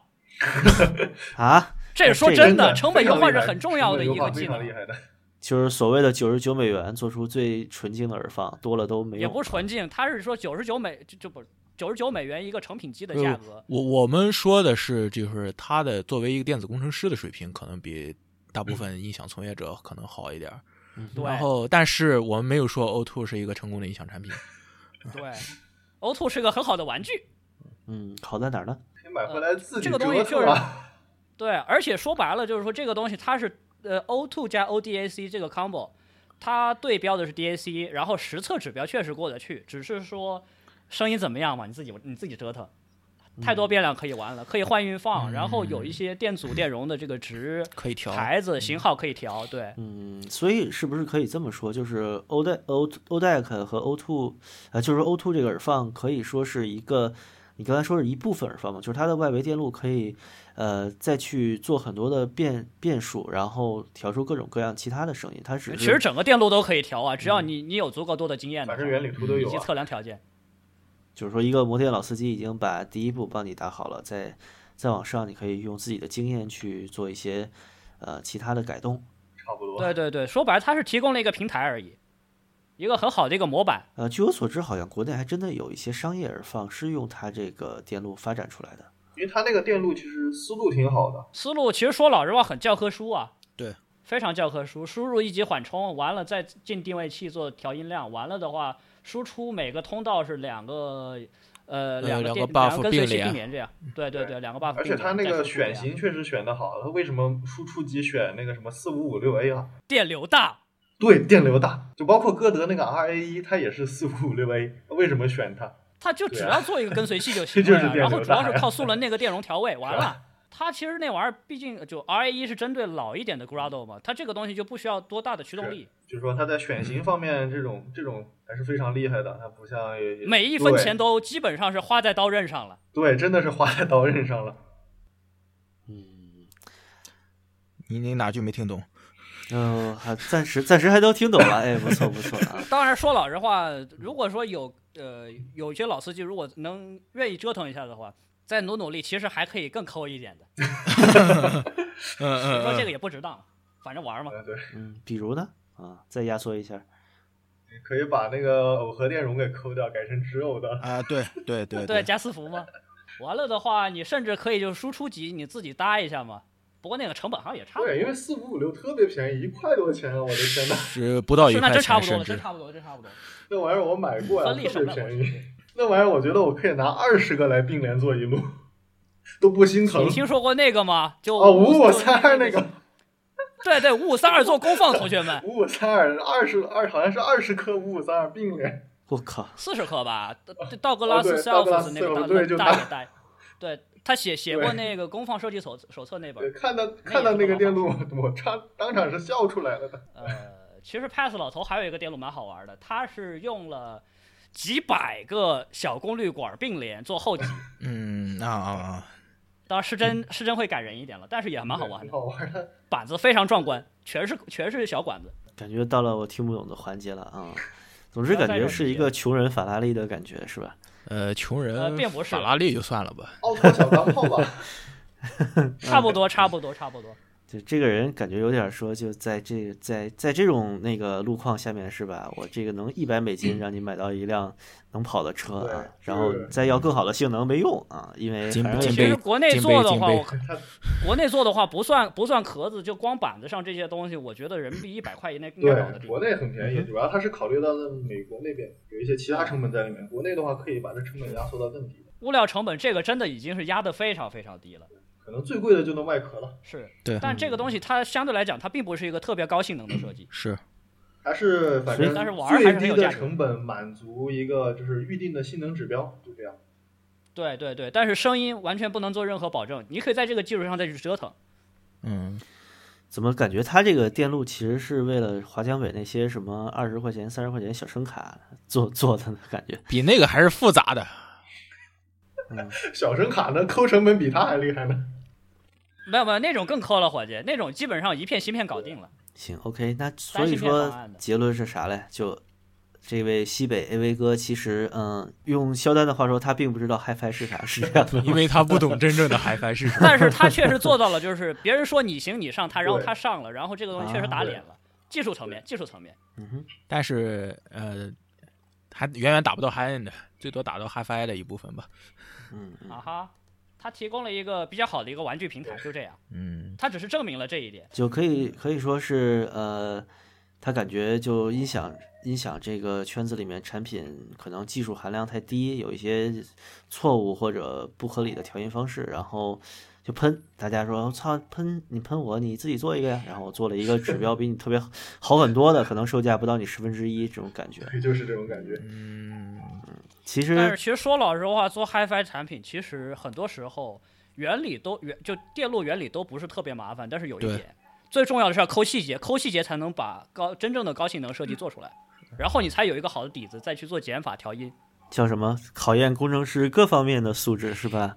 啊？
这是说
这个
真的，
非常
成本优化
厉
是
害
很重要的一
成本
个
优化
技
非常
能啊
厉。害的。
就是所谓的九十九美元做出最纯净的耳放，多了都没
也
用。
不是纯净，它是说九十九美就就不九十九美元一个成品机的价格。
我我们说的是，就是他的作为一个电子工程师的水平，可能比大部分音响从业者可能好一点儿。
对，
嗯然后，但是我们没有说 O2 是一个成功的音响产品。
对，O2 是个很好的玩具。
嗯，好在哪儿呢？
你买回来自己
这个东西
折腾
就是
啊，
对，而且说白了就是说这个东西它是呃 O2 加 ODAC 这个 combo，它对标的是 DAC，然后实测指标确实过得去，只是说声音怎么样嘛，你自己你自己折腾。
嗯
太多变量可以玩了，可以换运放，然后有一些电阻、电容的这个值
可以调
牌子、型号可以调。对，
嗯，所以是不是可以这么说，就是 ODEC、O ODEC 和 O2，呃，就是 O2 这个耳放可以说是一个，你刚才说是一部分耳放嘛，就是它的外围电路可以，呃，再去做很多的变变数，然后调出各种各样其他的声音。它只是
其实整个电路都可以调啊，只要你你有足够多的经验的
嗯反
话，
正原理图都
以
有
及
啊。
测量条件。
就是说一个摩电老司机已经把第一步帮你打好了，再再往上，你可以用自己的经验去做一些，呃，其他的改动。
差不多。
对对对，说白了，它是提供了一个平台而已，一个很好的一个模板。
呃，据我所知，好像国内还真的有一些商业耳放是用它这个电路发展出来的。
因为它那个电路其实思路挺好的，
思路其实说老实话很教科书啊，
对，
非常教科书。输入一级缓冲，完了再进定位器做调音量，完了的话，输出每个通道是两个呃两
两
个
个
电
buff
两个跟随器
并联
并联这样。对对对，两个 buff
嗯而
并
且
联。
它那
再输
个
出
选
这样
型确实选的好。它为什么输出级选那个什么四五五六 A 啊？
电流大，
对，电流大，就包括歌德那个 RA 一，它也是四五五六 A，为什么选它？
它就只
对啊
要做一个跟随器 就行
这就是
了呀，
电
然后
流
主要
大
是
呀
靠速轮那个电容调位，完
是
了。它其实那玩意儿，毕竟就 R A 一是针对老一点的 Grado 嘛，它这个东西就不需要多大的驱动力，
就是说它在选型方面，这种这种还是非常厉害的。它不像也
每一分钱都基本上是花在刀刃上了。
对对，真的是花在刀刃上了。
你你哪句没听懂？
嗯，还暂时暂时还都听懂了，哎，不错不错啊，
当然，说老实话，如果说有呃有些老司机如果能愿意折腾一下的话，再努努力，其实还可以更抠一点的。你
嗯嗯
说这
嗯，
个也不值当，反正玩儿嘛。
嗯，对，
嗯，比如呢，啊，再压缩一下，
可以把那个耦合电容给抠掉，改成直耦的。
啊，对对对
对，，加伺服嘛。完了的话，你甚至可以就是输出级你自己搭一下嘛。不过那个成本好像也差不多
对，因。为四五五六特别便宜，一块多钱啊！我的 天呐，
是不到一
是，那
块
真差
钱，
不多，
甚
真
至
差不多，真差不 多。
那玩意儿我买过呀，
分力什
特
么
别
的，我
便
觉
宜。
得
那玩意儿我觉得我可以拿二十个来并联做一路，都不心疼
你。听说过那个吗？就
哦，五五
就
三二那个，
对对，五五三二做功放，同学们，
五五三二二十二好像是二十颗五五三二并联，
我靠，
四十克吧，道道格拉
哦
斯
对
s e
道
l
格
f
拉
s
斯
那个
Self，
大
对就
大
大
也带，对他写写过
对
那个功放设计手手册那本儿，
对看到看到那个电路， 我差当场是笑出来了的。
呃，其实 Pass 老头还有一个电路蛮好玩的，他是用了几百个小功率管并联做后级，
嗯啊啊啊，
当然是
嗯
真是真会感人一点了，但是也蛮好玩的，
挺好玩的。
板子非常壮观，全是全是小管子。
感觉到了我听不懂的环节了啊，总之感觉是一个穷人法拉利的感觉是吧？
呃，穷
呃
人
并不是
法拉利就算了吧，
奥拓小钢炮吧，嗯
差不多，差不多，差不多。
就这个人感觉有点说，就在这在在这种那个路况下面是吧？我这个能一百美金让你买到一辆能跑的车啊
对，
然后
是
再要更好的性能没用啊，因为
金
反正
金
也
呃其实
杯
国内
金
做
杯
的
金
话
杯
我看国内做的话不算不算壳子，就光板子上这些东西，我觉得人民币一百块以内 应该搞得
对，
定。
国内很便宜，
嗯
主要它是考虑到了美国那边有一些其他成本在里面，国内的话可以把这成本压缩到更低，
物料成本这个真的已经是压得非常非常低了，
可能最贵的就能外壳了，
是。
对
但这个东西它相对来讲，它并不是一个特别高性能的设计。
是
还是反
所
正
以
但是玩儿还
最
是很
低
有
的
价值
成本满足一个就是预定的性能指标，就这样。
对对对，但是声音完全不能做任何保证，你可以在这个基础上再去折腾。
嗯
怎么感觉他这个电路其实是为了华强北那些什么二十块钱、三十块钱小声卡做 做的呢？感觉
比那个还是复杂的。
小声卡呢，抠成本比它还厉害呢。
没有没有，那种更抠了，伙计，那种基本上一片芯片搞定了。
行，OK，那所以
芯片
说
方案的
结论是啥嘞？就这位西北 AV 哥，其实嗯，用肖丹的话说，他并不知道 HiFi 是啥，是这样的吗。
因为他不懂真正的海 帆是什么。
但是他确实做到了，就是别人说你行你上他，然后
对
他上了，然后这个东西确实
啊
打脸了。技术层面，技术层面，
但是呃，还远远打不到 high end，最多打到 high fi 的一部分吧。
嗯嗯
啊哈，他提供了一个比较好的一个玩具平台，就这样，
嗯，
他只是证明了这一点。
就可以可以说是呃，他感觉就音响音响这个圈子里面产品可能技术含量太低，有一些错误或者不合理的调音方式，然后就喷大家说操喷你喷我，你自己做一个呀，然后我做了一个指标比你特别好好很多的，可能售价不到你十分之一这种感觉。
对，就是这种感觉。
其
但是
实
其实说老实话，做 HiFi 产品，其实很多时候原理都原就电路原理都不是特别麻烦，但是有一
对
点最重要的是要抠细节，抠细节才能把高真正的高性能
嗯
设计做出来，然后你才有一个好的底子再去做减法调音。
叫什么考验工程师各方面的素质是吧？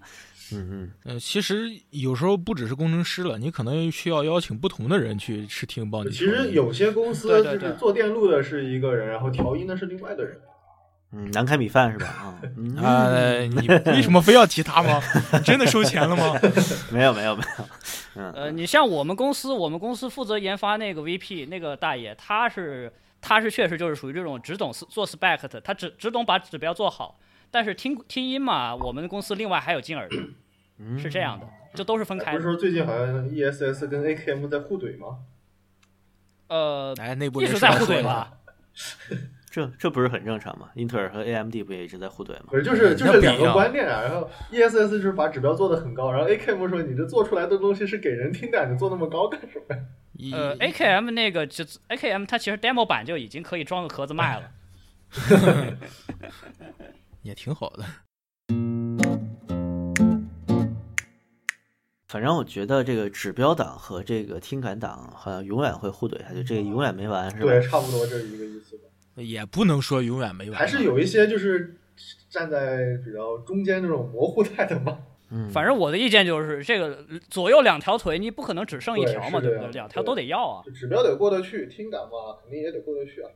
嗯嗯。
呃，其实有时候不只是工程师了，你可能需要邀请不同的人去去听帮你
其
调音。
实有些公司
对对
就是
对
做电路的是一个人，然后调音的是另外的人。
嗯，南开米饭是吧？啊、嗯，
呃，你为什么非要提他吗？真的收钱了吗？
没有没有没有，嗯，
呃，你像我们公司，我们公司负责研发那个 VP 那个大爷，他是他是确实就是属于这种只懂做 spec 的，他只只懂把指标做好，但是听听音嘛，我们公司另外还有进耳的，是这样的，这都是分
嗯哎
开
不是
的。
说最近好像 ESS 跟 AKM 在互怼吗？
呃，
哎，内部
一
人
直
说
在
了
互
说
怼
了
吧？
这这不是很正常吗？英特尔和 AMD 不也一直在互怼吗
不？是，就是就
那
是
不一
两个
样
观念啊。然后 ESS 就是把指标做的很高，然后 AKM 说你这做出来的东西是给人听的，你做那么高干什么呀？
一
呃，AKM 那个就 AKM 它其实 demo 版就已经可以装个壳子卖
哎
了。
也挺好的。
反正我觉得这个指标党和这个听感党好像永远会互怼下去，这个永远没完，是吧？
对，差不多这是一个意思吧。
也不能说永远没完，
还是有一些就是站在比较中间这种模糊态的吧。
嗯，
反正我的意见就是，这个呃左右两条腿你不可能只剩一
对
条
是
嘛，
这
对不对？
样的
两条
对
都得要啊。
就指标得过得去，听感嘛肯定也得过得去啊。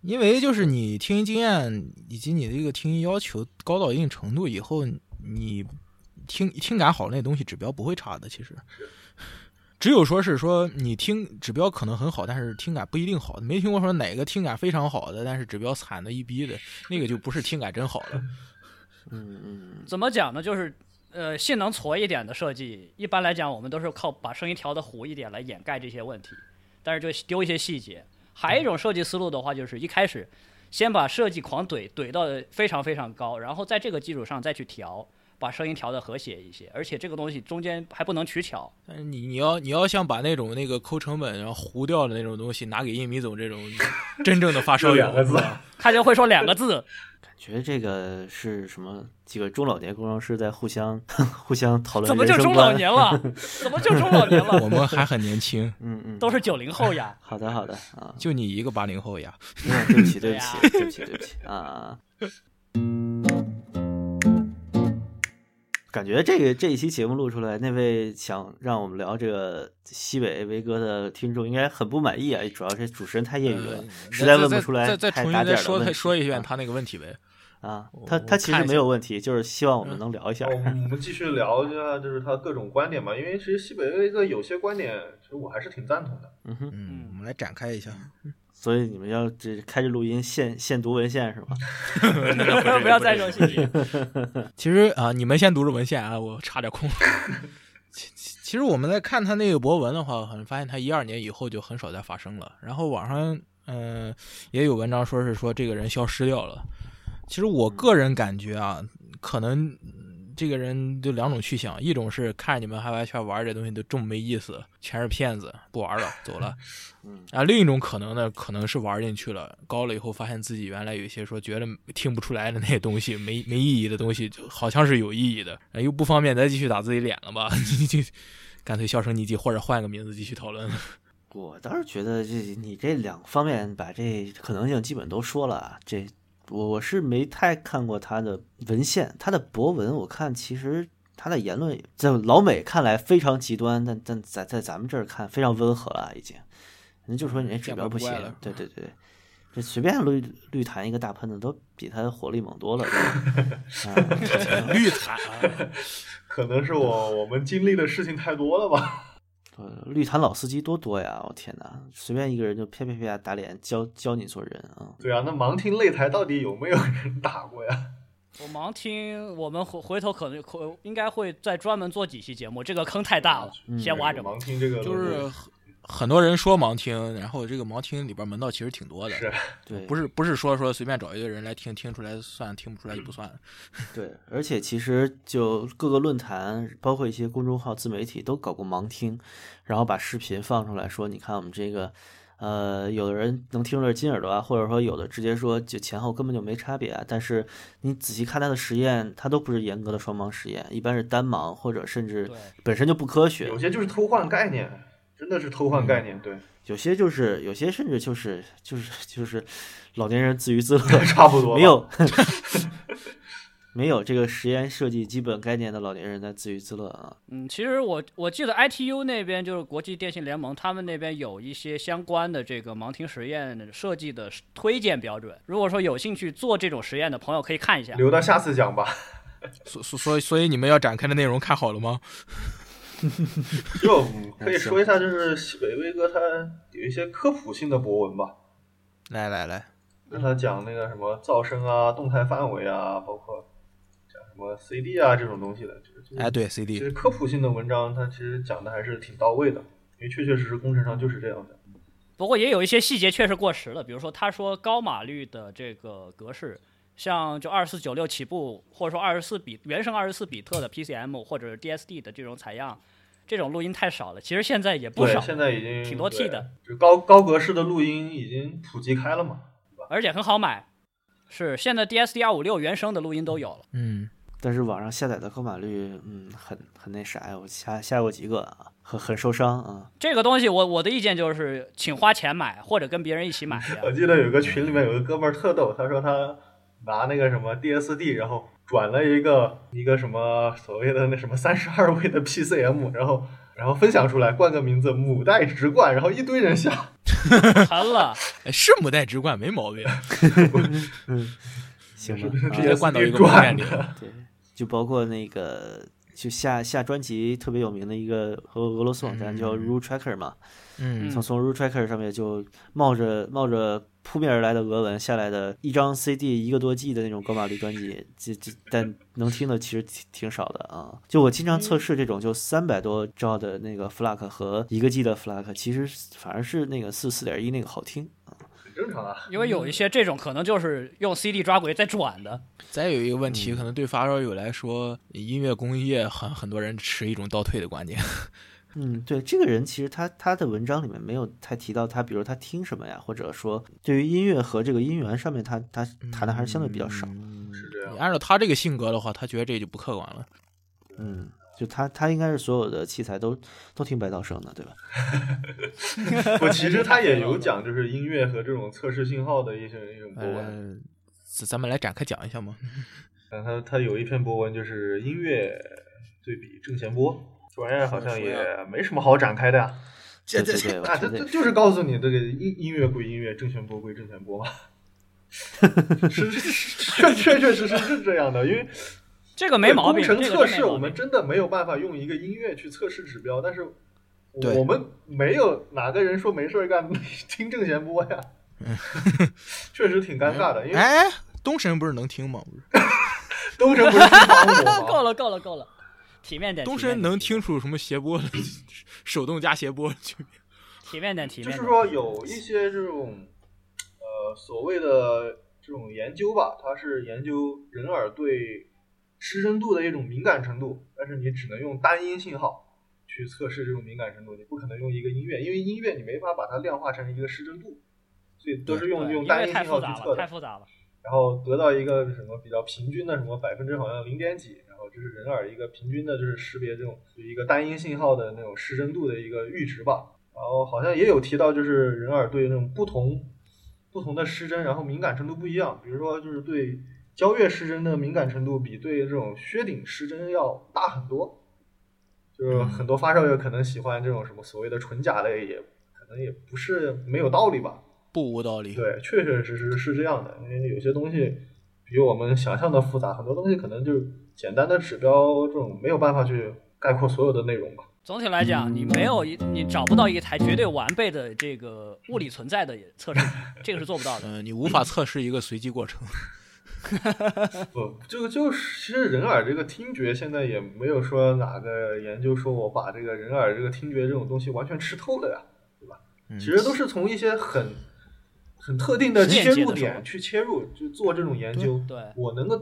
因为就是你听音经验以及你的这个听音要求高到一定程度以后，你听听感好那东西指标不会差的。其实，只有说是说你听指标可能很好，但是听感不一定好。没听过说哪个听感非常好的，但是指标惨的一逼的，那个就不是听感真好 了。
嗯嗯，
怎么讲呢？就是呃，性能矬一点的设计，一般来讲我们都是靠把声音调的糊一点来掩盖这些问题，但是就丢一些细节。还有一种设计思路的话，就是一开始先把设计狂怼怼到非常非常高，然后在这个基础上再去调，把声音调的和谐一些。而且这个东西中间还不能取巧，
但是你你要你要想把那种那个抠成本然后糊掉的那种东西拿给印米总这种真正的发烧
就
友
两个字
是吧
他就会说两 个字，
感觉这个是什么？几个中老年工程师在互相 互相讨论
怎么就
人生
中老
观？
年了？怎么就中老年
我
了？
们还很年轻，
嗯嗯，
都是九零后呀。
好的好的啊，
就你一个八零后呀。
没嗯有对不起对
对
不
呀
起对不起对不起啊啊。啊感觉这个这一期节目录出来，那位想让我们聊这个西北维哥的听众应该很不满意啊，主要是主持人太业余了，
呃
实在
再
问
再
不出来
再再
太
重
打
新
点
再
儿的
说
问
他
题
说一遍
啊
他那个问题呗。
啊
我，
他他
我
其
看
实没
一下嗯
有问题，就是希望我们能聊一下
哦，。我们继续聊一下，就是他各种观点吧，因为其实西北威的有些观点，其实我还是挺赞同的。
嗯哼，
嗯，我们来展开一 下。
所以你们要这开着录音现现读文献是吧？
不要不要再说信息。
其实啊，你们先读着文献啊，我插点空。 其其其实我们在看他那个博文的话，好像发现他一二年以后就很少再发生了。然后网上嗯、也有文章说是说这个人消失掉了。其实我个人感觉啊，可能嗯这个人就两种去向，一种是看着你们嗨嗨圈玩这东西都这么没意思，全是骗子，不玩了，走了。啊，另一种可能呢，可能是玩进去了，高了以后发现自己原来有一些说觉得听不出来的那些东西，没没意义的东西，就好像是有意义的，呃又不方便再继续打自己脸了吧， 就就干脆销声匿迹，或者换个名字继续讨论。
我倒是觉得这你这两方面把这可能性基本都说了啊，这我我是没太看过他的文献，他的博文我看其实他的言论在老美看来非常极端，但但在在咱们这儿看非常温和了已经，人就说你这指标不行
嗯见怪不怪了，嗯
对对对，这随便绿绿坛一个大喷子都比他火力猛多了，对吧啊
绿惨、
可能是我我们经历的事情太多了吧？
呃，绿坛老司机多多呀！我天哪，随便一个人就啪啪啪打脸，教教你做人啊！
对啊，那盲听擂台到底有没有人打过呀？
我盲听，我们回回头可能可应该会再专门做几期节目，这个坑太大了，先挖着吧。
盲听这个
就是很很多人说盲听，然后这个盲听里边门道其实挺多的，
是
对，
不是不是说说随便找一个人来听，听出来算，听不出来就不算。
对，而且其实就各个论坛，包括一些公众号、自媒体都搞过盲听，然后把视频放出来说，你看我们这个，呃，有的人能听出来金耳朵啊，或者说有的直接说就前后根本就没差别啊。但是你仔细看他的实验，他都不是严格的双盲实验，一般是单盲或者甚至
对
本身就不科学。
有些就是偷换概念，真的是偷换概念，对，，
有些就是有些甚至就是就是就是老年人自娱自乐
差不多吧
没有 没有这个实验设计基本概念的老年人在自娱自乐啊。
嗯，其实我我记得 ITU 那边就是国际电信联盟，他们那边有一些相关的这个盲听实验设计的推荐标准。如果说有兴趣做这种实验的朋友，可以看一下。
留到下次讲吧。
所所所以所以你们要展开的内容看好了吗？
就嗯可以说一下，就是西北威哥他有一些科普性的博文吧，
来来来，
跟他讲那个什么噪声啊、动态范围啊，包括讲什么 CD 啊这种东西的，就是就是
哎对
其
CD，
实科普性的文章，它其实讲的还是挺到位的，因为确确实实工程上就是这样的。
不过也有一些细节确实过时了，比如说他说高码率的这个格式，像就二四九六起步，或者说二十四比原生二十四比特的 PCM 或者 DSD 的这种采样，这种录音太少了。其实现在也不
对，
少，
现在已经
挺多 T 的，
对就高高格式的录音已经普及开了嘛。
而且很好买。是现在 DSD 二五六原生的录音都有了。
嗯，
但是网上下载的高码率，嗯，很很那啥呀，我下下过几个啊，很很受伤啊。
这个东西我我的意见就是，请花钱买或者跟别人一起买这样
我记得有个群里面有个哥们儿特逗，他说他拿那个什么 DSD，然后转了一个一个什么所谓的那什么三十二位的 PCM，然后然后分享出来，冠个名字“母带直冠”，然后一堆人下，
沉了。
哎是母带直冠没毛病。
行吧，
是
啊
直
直接
接
灌到一个
转
蒙面里
的。
对，就包括那个就下下专辑特别有名的一个俄俄罗斯网站叫 Roo Tracker 嘛，
嗯
从从 Roo Tracker 上面就冒着冒着扑面而来的俄文下来的一张 CD 一个多 G 的那种高码率专辑，这这但能听的其实挺挺少的啊。就我经常测试这种就三百多兆的那个 FLAC 和一个 G 的 FLAC，其实反而是那个四四点一那个好听。
很 正常啊。
因为有一些这种可能就是用 CD 抓轨再转的，
再有一个问题，可能对发烧友来说，音乐工业很很多人持一种倒退的观点。
嗯，对，这个人其实他他的文章里面没有太提到他，比如他听什么呀，或者说对于音乐和这个音源上面他，他
嗯
谈的还是相对比较少。
是这样
你，按照他这个性格的话，他觉得这就不客观了。
嗯，就他他应该是所有的器材都都听白噪声的，对吧？
我其实他也有讲，就是音乐和这种测试信号的一些一种博文。
呃，咱咱们来展开讲一下嘛。
但他他有一篇博文就是音乐对比正弦波，这玩意儿好
嗯
像也没什么好展开的呀、
对对对，我
啊。
觉
这
得
这就是告诉你这个音音乐归音乐，正弦波归正弦波嘛。 是是是，确确确实实是这样的，因为
这个 没毛病。
对工程测
这个真
试
没毛
我们
病
真的没有办法用一个音乐去测试指标，但是
对
我们没有哪个人说没事儿干听正弦波呀，
嗯
确实挺尴尬的，因为
哎，东神不是能听吗？不是，
东神不是听帮 我
够
吗？
了，够了，够了，体面点。
东
体面
神
点
能，听出什么谐波的，手动加谐波的区别？
体面点，体
就
面点。
是说有一些这种呃所谓的这种研究吧，它是研究人耳对失真度的一种敏感程度，但是你只能用单音信号去测试这种敏感程度，你不可能用一个音乐，因为音乐你没法把它量化成一个失真度，所以都是用
对
用
因
单
为
音
太
信
复
号
杂
去测
了，太
的，
复杂了。
然后得到一个什么比较平均的什么百分之好像零点几，然后这是人耳一个平均的，就是识别这种就一个单音信号的那种失真度的一个阈值吧。然后好像也有提到，就是人耳对那种不同不同的失真，然后敏感程度不一样。比如说，就是对交乐失真的敏感程度比对这种薛顶失真要大很多。就是很多发烧友可能喜欢这种什么所谓的纯甲类，也可能也不是没有道理吧。
不无道理。
对，确确实实是这样的，因为有些东西比我们想象的复杂，很多东西可能就简单的指标这种没有办法去概括所有的内容吧。
总体来讲，你没有一，你找不到一台绝对完备的这个物理存在的测试，这个是做不到的。
嗯、你无法测试一个随机过程。
不，这个就是其实人耳这个听觉现在也没有说哪个研究说我把这个人耳这个听觉这种东西完全吃透了呀，
嗯
其实都是从一些很很特定的
实验
切
界
入
的时候
点去切入，就做这种研究。
对
我能够，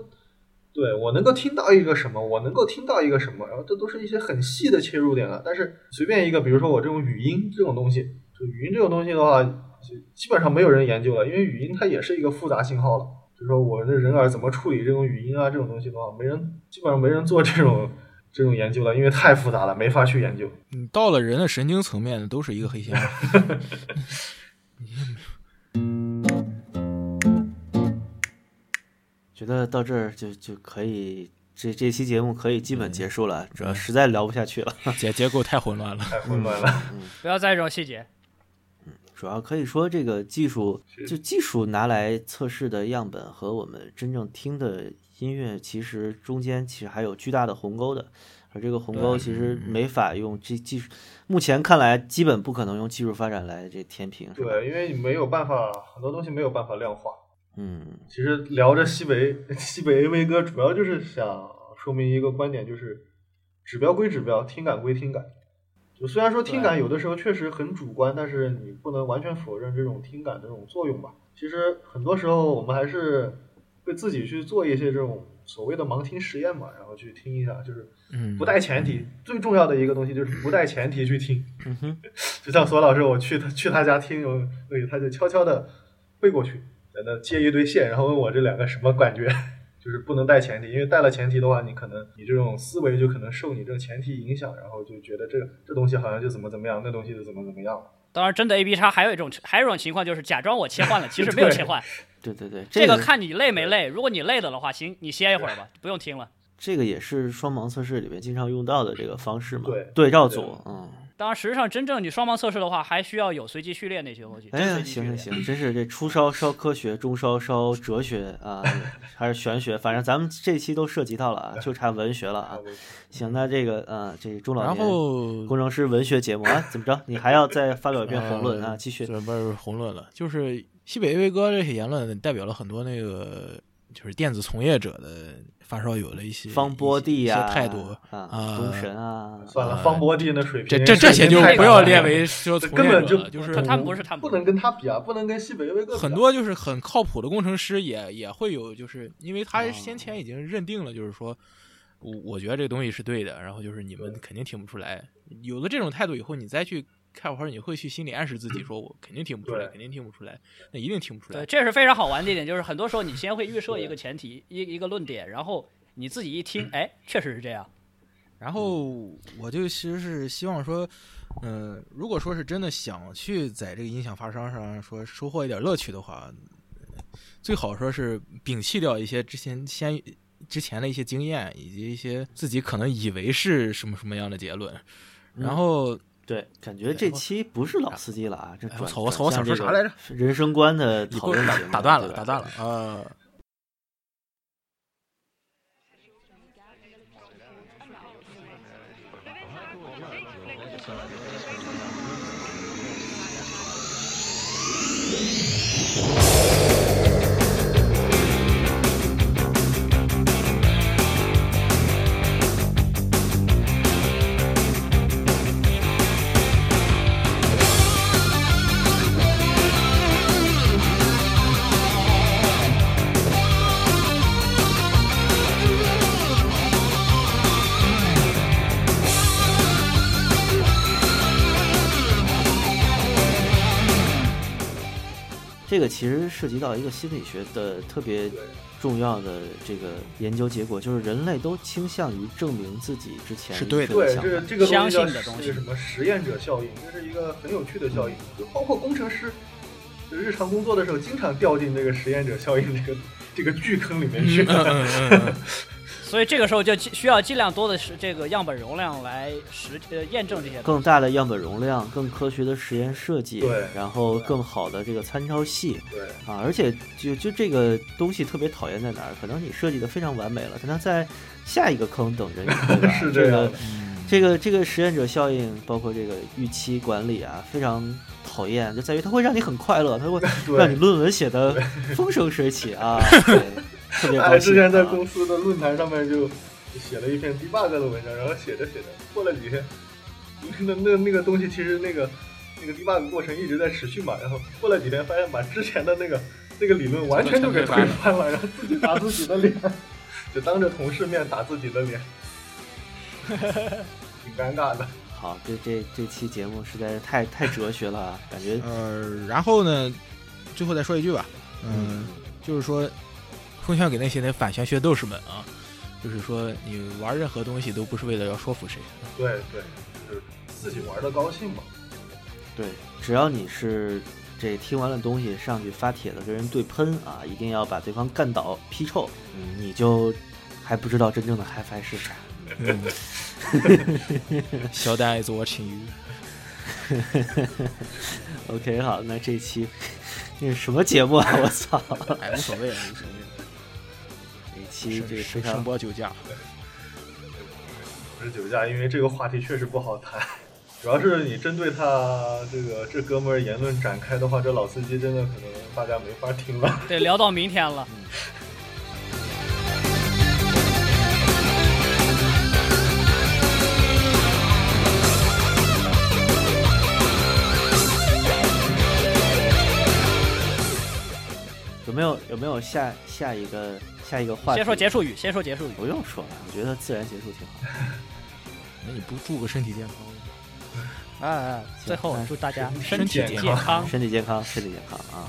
对我能够听到一个什么，我能够听到一个什么，然后这都是一些很细的切入点了。但是随便一个，比如说我这种语音这种东西，就语音这种东西的话，就基本上没有人研究了，因为语音它也是一个复杂信号了。就说我这人耳怎么处理这种语音啊这种东西的话，没人基本上没人做这种这种研究了，因为太复杂了，没法去研究。
你嗯到了人的神经层面，都是一个黑箱。
觉得到这儿就就可以，这这期节目可以基本结束了，主要实在聊不下去了。
结结构太混乱了。
太混乱了，
不要在意这种细节。
主要可以说，这个技术
是
就技术拿来测试的样本和我们真正听的音乐，其实中间其实还有巨大的鸿沟的。而这个鸿沟其实没法用这技术，目前看来基本不可能用技术发展来这填平。是吧，
对，因为你没有办法，很多东西没有办法量化。
嗯，
其实聊着西北 西北 AV 歌，主要就是想说明一个观点，就是指标归指标，听感归听感。就虽然说听感有的时候确实很主观，但是你不能完全否认这种听感的这种作用吧。其实很多时候我们还是会自己去做一些这种所谓的盲听实验嘛，然后去听一下，就是
嗯，
不带前提。最重要的一个东西就是不带前提去听。
嗯哼，
就像索老师，我去他去他家听，我对他就悄悄的背过去，在那接一堆线，然后问我这两个什么感觉， 就是不能带前提，因为带了前提的话，你可能你这种思维就可能受你这个前提影响，然后就觉得这这东西好像就怎么怎么样，那东西就怎么怎么样了。
当然，真的 A B 叉还有一种，还有一种情况就是假装我切换了，其实没有切换。
对对对，
这
个
个看你累没累，如果你累了的话，行，你歇一会儿吧，不用听了。
这个也是双盲测试里面经常用到的这个方式嘛，
对
照
对
组，嗯，
当然，实际上真正你双盲测试的话，还需要有随机序列那些东西。
哎
真
呀，
随机序
行
列
行行，真是这初烧烧科学，中烧烧哲学啊，还是玄学，反正咱们这期都涉及到了啊，就差文学了啊。 行，那这个啊，这中老
然
年
后
工程师文学节目啊，怎么着？你还要再发表一篇宏论啊？继续。
哎这不是红论了，就是西北威哥这些言论代表了很多那个就是电子从业者的发烧友的一些
方波地呀、
一些态度
啊，东神啊，
算了，方博帝那水平，
呃这这这些就
太
不要
高了
列为说从业
根本
者
就
了，就是
他他们不是他们
不能跟他比啊，不能跟西北威哥比啊
很多就是很靠谱的工程师也也会有，就是因为
哦
他先前已经认定了，就是说，我我觉得这东西是对的，然后就是你们肯定听不出来。有了这种态度以后，你再去开会，你会去心里暗示自己，说我肯定听不出来，
对
肯定听不出来，那一定听不出
对，
来。
这是非常好玩的一点，就是很多时候你先会预设一个前提，一一个论点，然后你自己一听，哎，确实是这样。
然后我就其实是希望说，嗯、如果说是真的想去在这个音响发烧上说收获一点乐趣的话，最好说是摒弃掉一些之前先之前的一些
嗯
经验，以及一些自己可能以为是什么什么样的结论，然后
对，感觉这期不是老司机了啊，这
哎
转
我操我操我
转
想
向
说
这
啥来
个
着
人生观的
你
讨
给我
论
打
节目
打断
对
了，
吧
打断了，呃，
这个其实涉及到一个心理学的特别重要的这个研究结果，就是人类都倾向于证明自己之前
是对的
一个
对，
想
这
法
这个东
相
西叫
信的东西嗯
那个什么实验者效应，这是一个很有趣的效应，就包括工程师，就日常工作的时候经常掉进这个实验者效应这个这个巨坑里面去。
嗯所以这个时候就尽需要尽量多的是这个样本容量来实呃验证这些东
更大的样本容量、更科学的实验设计
对，
然后更好的这个参照系
对，
啊，而且就就这个东西特别讨厌在哪儿？可能你设计的非常完美了，但它在下一个坑等着你，对吧
是
这
这样
个
的
这个这个实验者效应，包括这个预期管理啊，非常讨厌，就在于它会让你很快乐，它会
对
让你论文写的风生水起 啊，对特别
哎，
高兴。
之前在
啊
公司的论坛上面就写了一篇 debug 的文章，然后写着写着，过了几天，那那那个东西其实那个那个 debug 过程一直在持续嘛，然后过了几天发现把之前的那个那个理论完全就给推翻了，然后自己打自己的脸， 就当着同事面打自己的脸，挺尴尬的。
好，这这这期节目实在是太太哲学了，啊，感觉
呃，然后呢，最后再说一句吧，嗯，就是说，奉劝给那些那反玄学斗士们啊，就是说你玩任何东西都不是为了要说服 谁，
对对，就是自己玩的高兴嘛。
对，只要你是这听完了东西上去发帖子跟人对喷啊，一定要把对方干倒劈臭，嗯你就还不知道真正的 HiFi 是啥。
嗯，小丹 is watching you。
OK，好，那这期 那是什么节目 啊？我操，
哎，无所谓，无所谓，
这期这个非
声
常
声波酒驾，
不是酒驾，因为这个话题确实不好谈。 主要是你针对他这个这哥们儿言论展开的话，这老司机真的可能大家没法听了。
西，得聊到明天了。
有没有有没有下下一个下一个话题？
先说结束语，先说结束语。
不用说了，我觉得自然结束挺好。
那你不注个身体健康吗？
哎哎，最后
行
祝大家
身体
体
健
健康。
身体健康，身体健康啊！